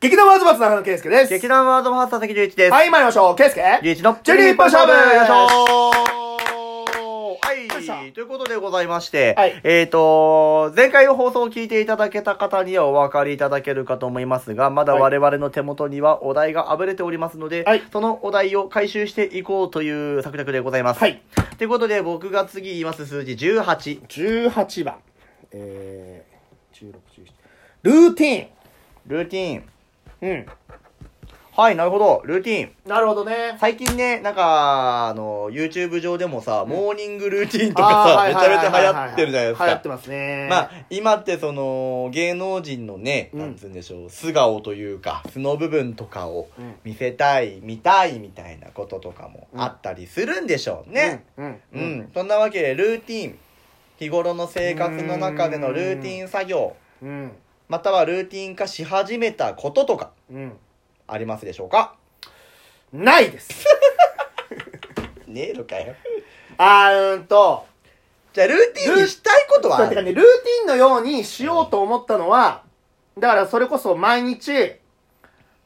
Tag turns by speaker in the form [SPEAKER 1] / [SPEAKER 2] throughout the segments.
[SPEAKER 1] 劇団ワードバツ長野圭介です。
[SPEAKER 2] 劇団ワードバー佐々木隆一です。
[SPEAKER 1] はい、参りましょう。圭介。
[SPEAKER 2] 隆一の
[SPEAKER 1] チェリーパン勝負
[SPEAKER 2] よいしょ
[SPEAKER 1] よいしょ
[SPEAKER 2] はい。ということでございまして、
[SPEAKER 1] はい
[SPEAKER 2] えっ、と、前回の放送を聞いていただけた方にはお分かりいただけるかと思いますが、まだ
[SPEAKER 1] はい
[SPEAKER 2] 我々の手元にはお題があぶれておりますので、
[SPEAKER 1] はい
[SPEAKER 2] そのお題を回収していこうという策略でございます。
[SPEAKER 1] はい。
[SPEAKER 2] ということで、僕が次言います数字18。
[SPEAKER 1] 18番。えー、16、17。ルーテ
[SPEAKER 2] ルーティーン。
[SPEAKER 1] ィーン。
[SPEAKER 2] はい、なるほど。ルーティーン。
[SPEAKER 1] うん。なるほどね。
[SPEAKER 2] 最近ね、なんか、あの、YouTube 上でもさ、モーニングルーティーンとか
[SPEAKER 1] あ
[SPEAKER 2] さ、
[SPEAKER 1] ー
[SPEAKER 2] めちゃめちゃ流行ってるじゃないです
[SPEAKER 1] 流行っ
[SPEAKER 2] か
[SPEAKER 1] て。ますね。
[SPEAKER 2] まあ、今ってその、芸能人のね、
[SPEAKER 1] うん
[SPEAKER 2] なんつうんでしょう、素顔というか、素の部分とかを
[SPEAKER 1] うん
[SPEAKER 2] 見せたい、見たいみたいなこととかもあったりするんでしょうね。
[SPEAKER 1] うん。
[SPEAKER 2] う、
[SPEAKER 1] うんん。
[SPEAKER 2] そんなわけで、ルーティン。日頃の生活の中でのルーティン作業、
[SPEAKER 1] うん。
[SPEAKER 2] またはルーティン化し始めたこととか、
[SPEAKER 1] うん。
[SPEAKER 2] ありますでしょうか
[SPEAKER 1] ないです。
[SPEAKER 2] ねえのかよ。
[SPEAKER 1] あーうーんと、
[SPEAKER 2] じゃあ、ルーティンにしたいことは
[SPEAKER 1] そう
[SPEAKER 2] あ
[SPEAKER 1] てかね、
[SPEAKER 2] る
[SPEAKER 1] ルーティンのようにしようと思ったのは、だからそれこそ毎日、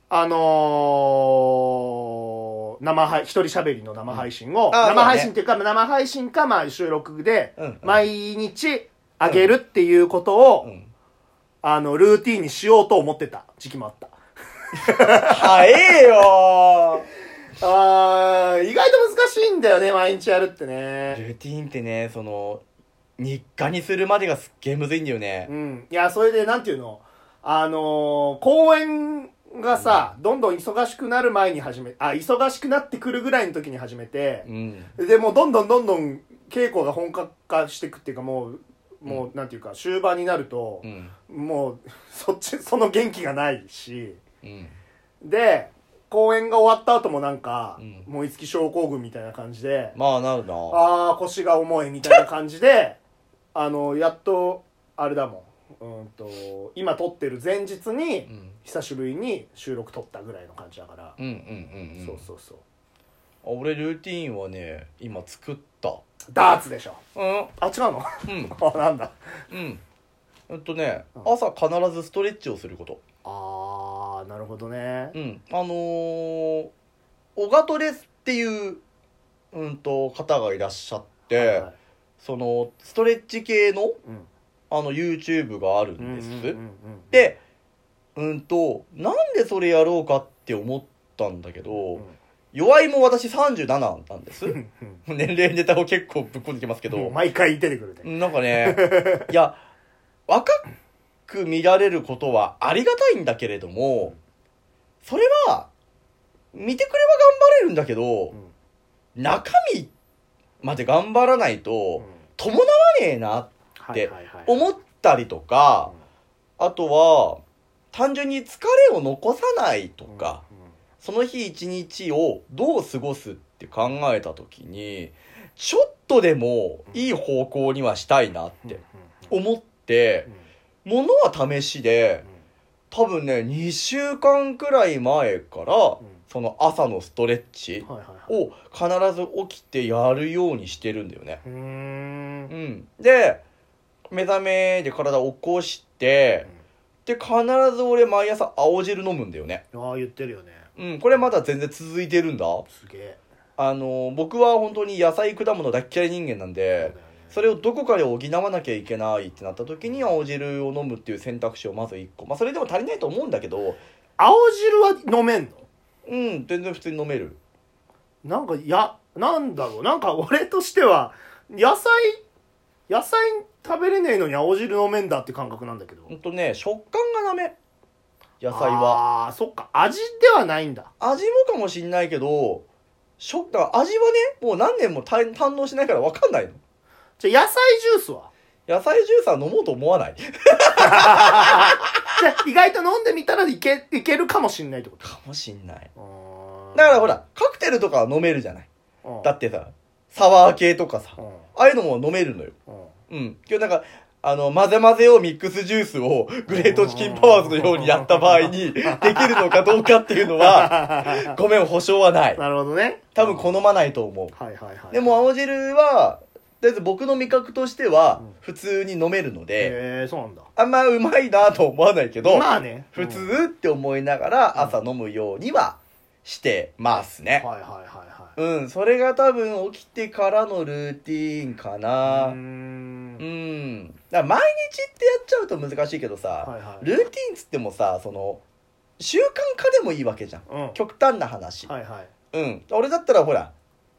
[SPEAKER 1] あのー、生配、一人喋りの生配信を、
[SPEAKER 2] んあ
[SPEAKER 1] 生
[SPEAKER 2] ーそう
[SPEAKER 1] 配
[SPEAKER 2] だね
[SPEAKER 1] 信っていうか、生配信か、まあ収録で
[SPEAKER 2] うんうん、
[SPEAKER 1] 毎日あげるっていうことを、
[SPEAKER 2] うん
[SPEAKER 1] あの、ルーティンにしようと思ってた時期もあった。
[SPEAKER 2] 早えよ
[SPEAKER 1] あー、意外と難しいんだよね、毎日やるってね。
[SPEAKER 2] ルーティンってね、その、日課にするまでがすっげえむずいんだよね
[SPEAKER 1] う。ん。いや、それで、なんていうのあのー、公演がさ、どんどん忙しくなる前に始め、あ、忙しくなってくるぐらいの時に始めて
[SPEAKER 2] う、ん。
[SPEAKER 1] で、もうどんどんどんどん稽古が本格化していくっていうか、もう、もう、なんていうか、終盤になると
[SPEAKER 2] う、ん。
[SPEAKER 1] もう、 そっち、その元気がないし、
[SPEAKER 2] うん。
[SPEAKER 1] で、公演が終わった後もなんか
[SPEAKER 2] うん、
[SPEAKER 1] 燃え尽き症候群みたいな感じで、
[SPEAKER 2] まあ、なるな。
[SPEAKER 1] あー腰が重いみたいな感じで あのやっとあれだもんうんと今撮ってる前日に
[SPEAKER 2] うん。
[SPEAKER 1] 久しぶりに収録撮ったぐらいの感じだから、
[SPEAKER 2] うんうんうんうん。
[SPEAKER 1] そうそうそう
[SPEAKER 2] 俺、ルーティンはね、今作った。
[SPEAKER 1] ダーツでしょ
[SPEAKER 2] うん。
[SPEAKER 1] あ違うの
[SPEAKER 2] うん。
[SPEAKER 1] あなんだ
[SPEAKER 2] うん。えっとね、
[SPEAKER 1] うん
[SPEAKER 2] 朝必ずストレッチをすること。
[SPEAKER 1] あーなるほどね
[SPEAKER 2] うん。あのー、オガトレスっていう、うんと、方がいらっしゃって、
[SPEAKER 1] はいはい
[SPEAKER 2] その、ストレッチ系の、
[SPEAKER 1] うん
[SPEAKER 2] あの、YouTube がある
[SPEAKER 1] うんん
[SPEAKER 2] です。
[SPEAKER 1] うんうんうん
[SPEAKER 2] でうんとなんでそれやろうかって思ったんだけど、
[SPEAKER 1] うん
[SPEAKER 2] 弱いも私37なんです
[SPEAKER 1] うんうん
[SPEAKER 2] 年齢ネタを結構ぶっこんできますけ
[SPEAKER 1] もう
[SPEAKER 2] ど
[SPEAKER 1] 毎回出てくるね
[SPEAKER 2] なんかねいや若く見られることはありがたいんだけれどもそれは見てくれば頑張れるんだけど
[SPEAKER 1] うん
[SPEAKER 2] 中身まで頑張らないうと
[SPEAKER 1] ん
[SPEAKER 2] 伴わねえな
[SPEAKER 1] はいはいはい
[SPEAKER 2] 思ったりとかあとは単純に疲れを残さないと
[SPEAKER 1] うん
[SPEAKER 2] か、
[SPEAKER 1] うん
[SPEAKER 2] その日一日をどう過ごすって考えた時に、ちょっとでもいい方向にはしたいなっ
[SPEAKER 1] うん
[SPEAKER 2] て
[SPEAKER 1] うん
[SPEAKER 2] 思って
[SPEAKER 1] う、ん
[SPEAKER 2] ものは試しで、多分ね、2週間くらい前から、その朝のストレッチ
[SPEAKER 1] うんはいはいはい
[SPEAKER 2] を必ず起きてやるようにしてるんだよね。
[SPEAKER 1] うーん
[SPEAKER 2] うん。で、目覚めで体を起こして、で、必ず俺毎朝青汁飲むんだよね。
[SPEAKER 1] ああ言ってるよね
[SPEAKER 2] うん、これまだ全然続いてるんだ。
[SPEAKER 1] すげえ
[SPEAKER 2] あの僕は本当に野菜果物大っ嫌い人間なんでそれをどこかで補わなきゃいけないってなった時に青汁を飲むっていう選択肢をまず1個まあそれでも足りないと思うんだけど
[SPEAKER 1] 青汁は飲めんの
[SPEAKER 2] うん全然普通に飲める
[SPEAKER 1] なんかやなんだろうなんか俺としては野菜野菜食べれねえのに青汁飲めんだって感覚なんだけど
[SPEAKER 2] ほんとね食感がダメ野菜は
[SPEAKER 1] ああーそっか味ではないんだ
[SPEAKER 2] 味もかもしんないけど食感味はねもう何年も堪堪能しないから分かんないの
[SPEAKER 1] じゃあ野菜ジュースは
[SPEAKER 2] 野菜ジュースは飲もうと思わない
[SPEAKER 1] じゃあ意外と飲んでみたらいけいけるかもしんないってこと
[SPEAKER 2] かもしんない
[SPEAKER 1] あー
[SPEAKER 2] だからほらカクテルとかは飲めるじゃない
[SPEAKER 1] うん
[SPEAKER 2] だってさサワー系とかさ
[SPEAKER 1] うん
[SPEAKER 2] ああいうのも飲めるのよ
[SPEAKER 1] うん
[SPEAKER 2] うん。今日なんか、あの、混ぜ混ぜをミックスジュースをグレートチキンパワーズのようにやった場合 に、できるのかどうかっていうのは、ごめん、保証はない。
[SPEAKER 1] なるほどね
[SPEAKER 2] 多分好まないと思
[SPEAKER 1] はいはいは
[SPEAKER 2] う。
[SPEAKER 1] い
[SPEAKER 2] でも、青汁は、りあえず僕の味覚としては
[SPEAKER 1] うん
[SPEAKER 2] 普通に飲めるので、
[SPEAKER 1] えー、そうなんだ
[SPEAKER 2] あんまうまいなと思わないけど、
[SPEAKER 1] まあね
[SPEAKER 2] 普通
[SPEAKER 1] うん
[SPEAKER 2] って思いながら朝飲むようにはしてますね。
[SPEAKER 1] はいはいはいはい
[SPEAKER 2] うん、それが多分起きてからのルーティーン
[SPEAKER 1] う
[SPEAKER 2] か
[SPEAKER 1] ー
[SPEAKER 2] な。
[SPEAKER 1] ん
[SPEAKER 2] うん。だから毎日ってやっちゃうと難しいけどさ、
[SPEAKER 1] はいはい
[SPEAKER 2] ルーティーンっつってもさ、その、習慣化でもいいわけじゃん。
[SPEAKER 1] うん
[SPEAKER 2] 極端な話。
[SPEAKER 1] はいはい
[SPEAKER 2] うん。俺だったらほら、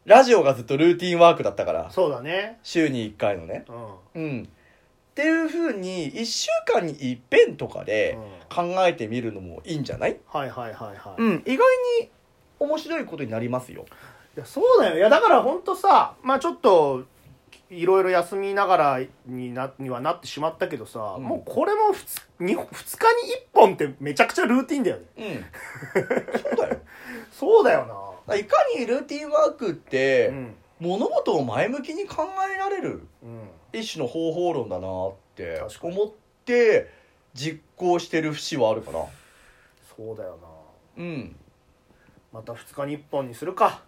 [SPEAKER 2] ラジオがずっとルーティーンワークだったから、
[SPEAKER 1] そうだね
[SPEAKER 2] 週に1回のね。
[SPEAKER 1] うんうん
[SPEAKER 2] うん。っていう風に、1週間に一遍とかで考えてみるのもいいんじゃない
[SPEAKER 1] はいはいはいはい
[SPEAKER 2] うん。意外に面白いことになりますよ。
[SPEAKER 1] いやそうだよいやだから本当さまあちょっといろいろ休みながらになにはなってしまったけどさ、
[SPEAKER 2] うん
[SPEAKER 1] もうこれも 2, 日に1本ってめちゃくちゃルーティンだよね
[SPEAKER 2] うん。そうだよ。
[SPEAKER 1] そうだよ
[SPEAKER 2] いかにルーティンワークっ
[SPEAKER 1] な
[SPEAKER 2] て、
[SPEAKER 1] うん
[SPEAKER 2] 物事を前向きに考えられる
[SPEAKER 1] うん
[SPEAKER 2] 一種の方法論だなって
[SPEAKER 1] 確かに
[SPEAKER 2] 思って実行してる節はあるかな
[SPEAKER 1] そうだよな
[SPEAKER 2] うん
[SPEAKER 1] また2日に1本にするか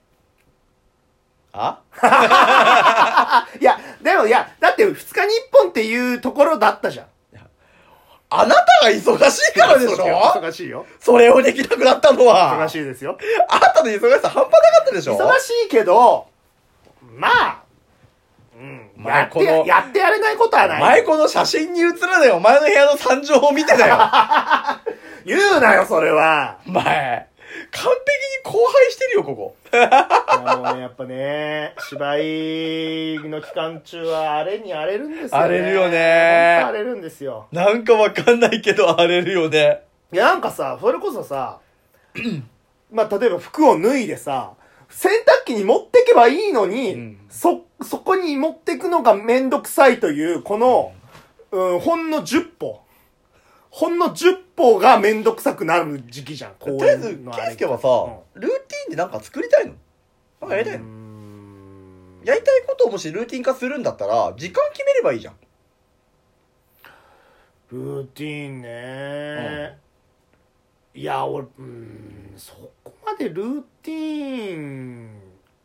[SPEAKER 2] あ
[SPEAKER 1] いやでもいやだって2日に1本っていうところだったじゃん
[SPEAKER 2] あなたが忙しいからでし
[SPEAKER 1] そうだよ
[SPEAKER 2] ょ
[SPEAKER 1] 忙しいよ
[SPEAKER 2] それをできなくなったのは
[SPEAKER 1] 忙しいですよ
[SPEAKER 2] あなたの忙しさ半端なかったでしょ
[SPEAKER 1] 忙しいけどまあうん、
[SPEAKER 2] まあ
[SPEAKER 1] やっ
[SPEAKER 2] こ
[SPEAKER 1] て
[SPEAKER 2] の
[SPEAKER 1] やってやれないことはない
[SPEAKER 2] 前この写真に写らないお前の部屋の惨状を見てたよ
[SPEAKER 1] 言うなよそれは
[SPEAKER 2] お前完璧に荒廃してるよここ
[SPEAKER 1] いやもうね、やっぱね、芝居の期間中は荒れに荒れるんですよ、ね。
[SPEAKER 2] 荒れるよね
[SPEAKER 1] ほんと荒れるんですよ。
[SPEAKER 2] なんかわかんないけど荒れるよね
[SPEAKER 1] いや、なんかさ、それこそ さ、まあ、例えば服を脱いでさ、洗濯機に持ってけばいいのに、
[SPEAKER 2] うん
[SPEAKER 1] そ、そこに持ってくのがめんどくさいという、この、うん、ほんの10歩。ほんの10歩がめんどくさくなる時期じゃん、
[SPEAKER 2] と
[SPEAKER 1] 公
[SPEAKER 2] りあえず
[SPEAKER 1] 園のあれ
[SPEAKER 2] 圭介はさ、ルーティンでなんか作りたいのなんかやりたいの、
[SPEAKER 1] うん
[SPEAKER 2] やりたいことをもしルーティン化するんだったら、時間決めればいいじゃん。
[SPEAKER 1] ルーティーンね、いや俺うんそこまでルーティーン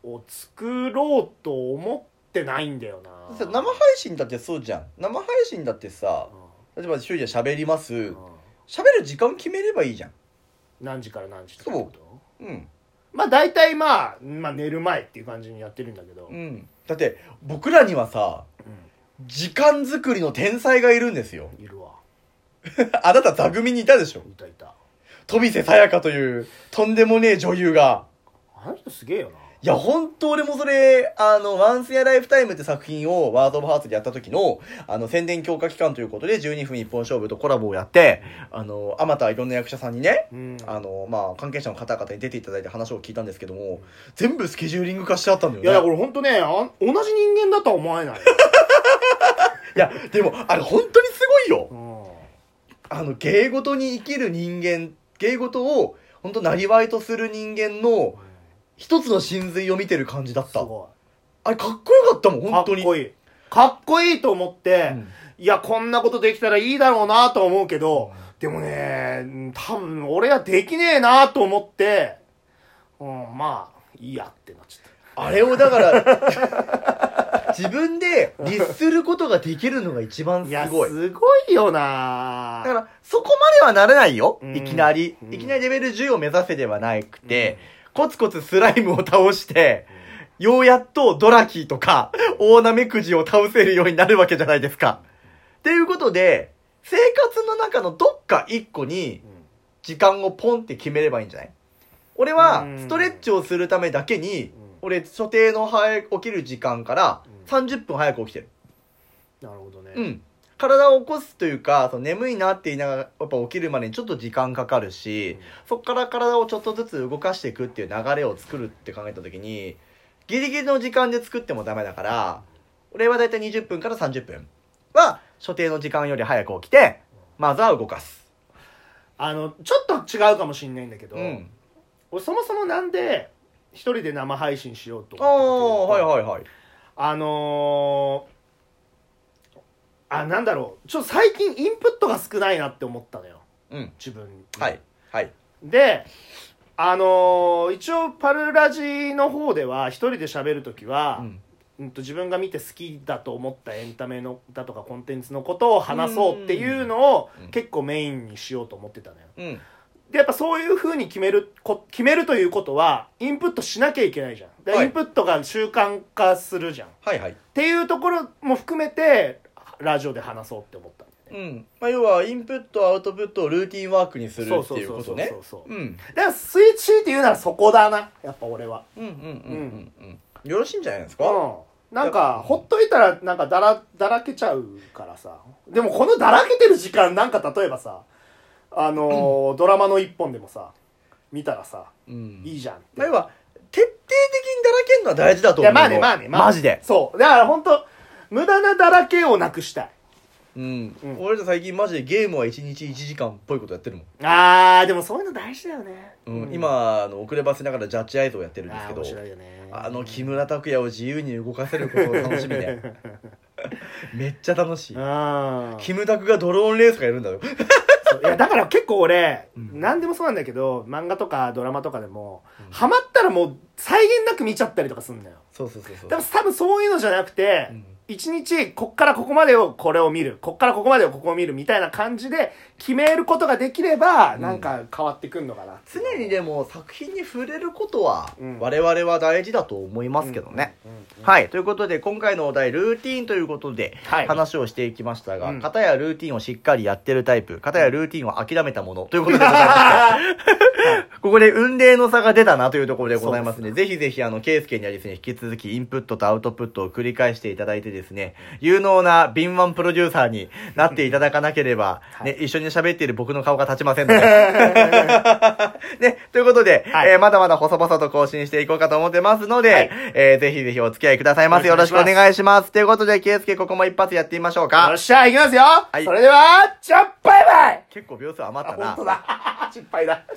[SPEAKER 1] を作ろうと思ってないんだよな
[SPEAKER 2] 生配信だってそうじゃん。生配信だってさ、例えば、周囲は喋ります。
[SPEAKER 1] うん
[SPEAKER 2] 喋
[SPEAKER 1] うん
[SPEAKER 2] る時間決めればいいじゃん。
[SPEAKER 1] 何時から何時ってこと
[SPEAKER 2] うん。
[SPEAKER 1] まあ大体まあ、まあ、寝る前っていう感じにやってるんだけど、
[SPEAKER 2] うん。だって、僕らにはさ、時間作りの天才がいるんですよ。
[SPEAKER 1] うんいるわ
[SPEAKER 2] あなた座組にいたでしょ
[SPEAKER 1] いたいた
[SPEAKER 2] 飛瀬さやかという、とんでもねえ女優が。
[SPEAKER 1] あの人すげえよない
[SPEAKER 2] や、ほんと俺もそれ、あの、ワンスやライフタイムって作品をワードオブハーツでやった時の、あの、宣伝強化期間ということで12分一本勝負とコラボをやって、あの、あまたいろんな役者さんにね、
[SPEAKER 1] うん
[SPEAKER 2] あの、まあ、関係者の方々に出ていただいて話を聞いたんですけども、全部スケジューリング化してあったんだよ
[SPEAKER 1] い
[SPEAKER 2] ね。
[SPEAKER 1] やだからほんとねあ同じ人間だとは思わない、
[SPEAKER 2] いや、でも、あれ本当にすごいよ
[SPEAKER 1] う。ん
[SPEAKER 2] あの、芸事に生きる人間、芸事を、本当なりわいとする人間の、一つの真髄を見てる感じだっ
[SPEAKER 1] す
[SPEAKER 2] た。
[SPEAKER 1] ご
[SPEAKER 2] あれかっこよかったもん、
[SPEAKER 1] いか
[SPEAKER 2] 本
[SPEAKER 1] っ
[SPEAKER 2] 当に。
[SPEAKER 1] こいいかっこいいと思って、
[SPEAKER 2] うん
[SPEAKER 1] いや、こんなことできたらいいだろうなとは思うけど、でもね、うん多分俺はできねえなと思って、うん、まあ、いいやってなっちゃっ
[SPEAKER 2] あれをだから、自分で律することができるのが一番
[SPEAKER 1] た。い
[SPEAKER 2] す
[SPEAKER 1] や、
[SPEAKER 2] ごい。
[SPEAKER 1] すごいよ
[SPEAKER 2] だ
[SPEAKER 1] な
[SPEAKER 2] から、そこまではなれないよ
[SPEAKER 1] う。ん
[SPEAKER 2] いきなり
[SPEAKER 1] う。ん
[SPEAKER 2] いきなりレベル10を目指せではなくて、コツコツスライムを倒して、ようやっとドラキーとか、大ナメクジを倒せるようになるわけじゃないですか。っていうことで、生活の中のどっか一個に
[SPEAKER 1] うん
[SPEAKER 2] 時間をポンって決めればいいんじゃない俺は
[SPEAKER 1] うん
[SPEAKER 2] ストレッチをするためだけに、
[SPEAKER 1] うん
[SPEAKER 2] 俺所定の早く起きる時間から30分早く起きてる
[SPEAKER 1] なるほどね。
[SPEAKER 2] うん体を起こすというかその眠いなって言いながらやっぱ起きるまでにちょっと時間かかるし、そっから体をちょっとずつ動かしていくっていう流れを作るって考えた時にギリギリの時間で作ってもダメだから俺はだいたい20分から30分は所定の時間より早く起きてまずは動かす
[SPEAKER 1] あの、ちょっと違うかもしんないんだけど、
[SPEAKER 2] うん
[SPEAKER 1] 俺そもそもなんで、一人で生配信しようと思ったか
[SPEAKER 2] ああ
[SPEAKER 1] と
[SPEAKER 2] は
[SPEAKER 1] いう
[SPEAKER 2] い
[SPEAKER 1] と
[SPEAKER 2] はいはい
[SPEAKER 1] あのーあ、なんだろう。ちょっと最近インプットが少ないなって思ったのよ。
[SPEAKER 2] うん
[SPEAKER 1] 自分に
[SPEAKER 2] はいはい
[SPEAKER 1] であのー一応パルラジの方では一人で喋る時は、
[SPEAKER 2] うん
[SPEAKER 1] うんと自分が見て好きだと思ったエンタメのだとかコンテンツのことを話そうっていうのを
[SPEAKER 2] うん
[SPEAKER 1] 結構メインにしようと思ってたのよ。
[SPEAKER 2] うん
[SPEAKER 1] でやっぱそういうふうに決めるこ決めるということはインプットしなきゃいけないじゃん。で
[SPEAKER 2] はい
[SPEAKER 1] インプットが習慣化するじゃん。っ
[SPEAKER 2] はいはい
[SPEAKER 1] ていうところも含めてラジオで話そうって思ったんだよね。
[SPEAKER 2] うんまあ、要はインプットアウトプットをルーティンワークにするっていうことね
[SPEAKER 1] そうそうそうそうそう
[SPEAKER 2] うん
[SPEAKER 1] だからスイッチって言うならそこだなやっぱ俺は。
[SPEAKER 2] うんうんうんうんうんよろしいんじゃないですか、
[SPEAKER 1] うん、なんかほっといたらなんかだらだらけちゃうからさでもこのだらけてる時間なんか例えばさあのードラマの一本でもさ見たらさ
[SPEAKER 2] うん
[SPEAKER 1] いいじゃんって
[SPEAKER 2] まあ、要は徹底的にだらけるのは大事だと
[SPEAKER 1] い
[SPEAKER 2] 思う
[SPEAKER 1] や
[SPEAKER 2] の
[SPEAKER 1] まあねまあねまあね
[SPEAKER 2] マジで
[SPEAKER 1] そうだから本当無駄なだらけをなくしたい
[SPEAKER 2] うん、
[SPEAKER 1] うん
[SPEAKER 2] 俺ら最近マジでゲームは1日1時間っぽいことやってるもん、
[SPEAKER 1] あーでもそういうの大事だよね、
[SPEAKER 2] うん今あの遅ればせながらジャッジアイズをやってるんです
[SPEAKER 1] あ
[SPEAKER 2] け
[SPEAKER 1] ー
[SPEAKER 2] ど
[SPEAKER 1] 面白いよね
[SPEAKER 2] あの木村拓哉を自由に動かせることを楽しみ でめっちゃ楽しい
[SPEAKER 1] あ
[SPEAKER 2] キムタクがドローンレースとかやるんだよ
[SPEAKER 1] そういやだから結構俺、
[SPEAKER 2] うん
[SPEAKER 1] 何でもそうなんだけど漫画とかドラマとかでも、
[SPEAKER 2] うん
[SPEAKER 1] ハマったらもう際限なく見ちゃったりとかすんだよ
[SPEAKER 2] そうそうそうそう
[SPEAKER 1] 多分多分そういうのじゃなくて、
[SPEAKER 2] うん
[SPEAKER 1] 一日こっからここまでをこれを見るこっからここまでをここを見るみたいな感じで決めることができれば、
[SPEAKER 2] うん
[SPEAKER 1] なんか変わってくんのかな
[SPEAKER 2] 常にでも作品に触れることは
[SPEAKER 1] うん
[SPEAKER 2] 我々は大事だと思いますけどね、、
[SPEAKER 1] うんうんうん
[SPEAKER 2] はいということで今回のお題ルーティーンということで
[SPEAKER 1] はい
[SPEAKER 2] 話をしていきましたが、
[SPEAKER 1] うん
[SPEAKER 2] 片やルーティーンをしっかりやってるタイプ片やルーティーンを諦めたものということでございます ここで運命の差が出たなというところでございますねぜひぜひあの圭介にはですね引き続きインプットとアウトプットを繰り返していただいてですね有能な敏腕プロデューサーになっていただかなければ、
[SPEAKER 1] はい
[SPEAKER 2] ね、一緒に喋っている僕の顔が立ちませんの でね、ということで、
[SPEAKER 1] はい
[SPEAKER 2] えーまだまだ細々と更新していこうかと思ってますので、
[SPEAKER 1] はい
[SPEAKER 2] えーぜひぜひお付き合いくださいませ。よ
[SPEAKER 1] よ
[SPEAKER 2] ろ
[SPEAKER 1] ろ
[SPEAKER 2] し
[SPEAKER 1] し
[SPEAKER 2] く
[SPEAKER 1] く
[SPEAKER 2] お
[SPEAKER 1] お
[SPEAKER 2] 願いします。ということで、ケイスケここも一発やってみましょう
[SPEAKER 1] よ
[SPEAKER 2] か
[SPEAKER 1] っ。しゃいきますよ、
[SPEAKER 2] い
[SPEAKER 1] それではじゃあバイバイ
[SPEAKER 2] 結構秒数余
[SPEAKER 1] あ
[SPEAKER 2] ったな
[SPEAKER 1] 本当。だ 失敗だ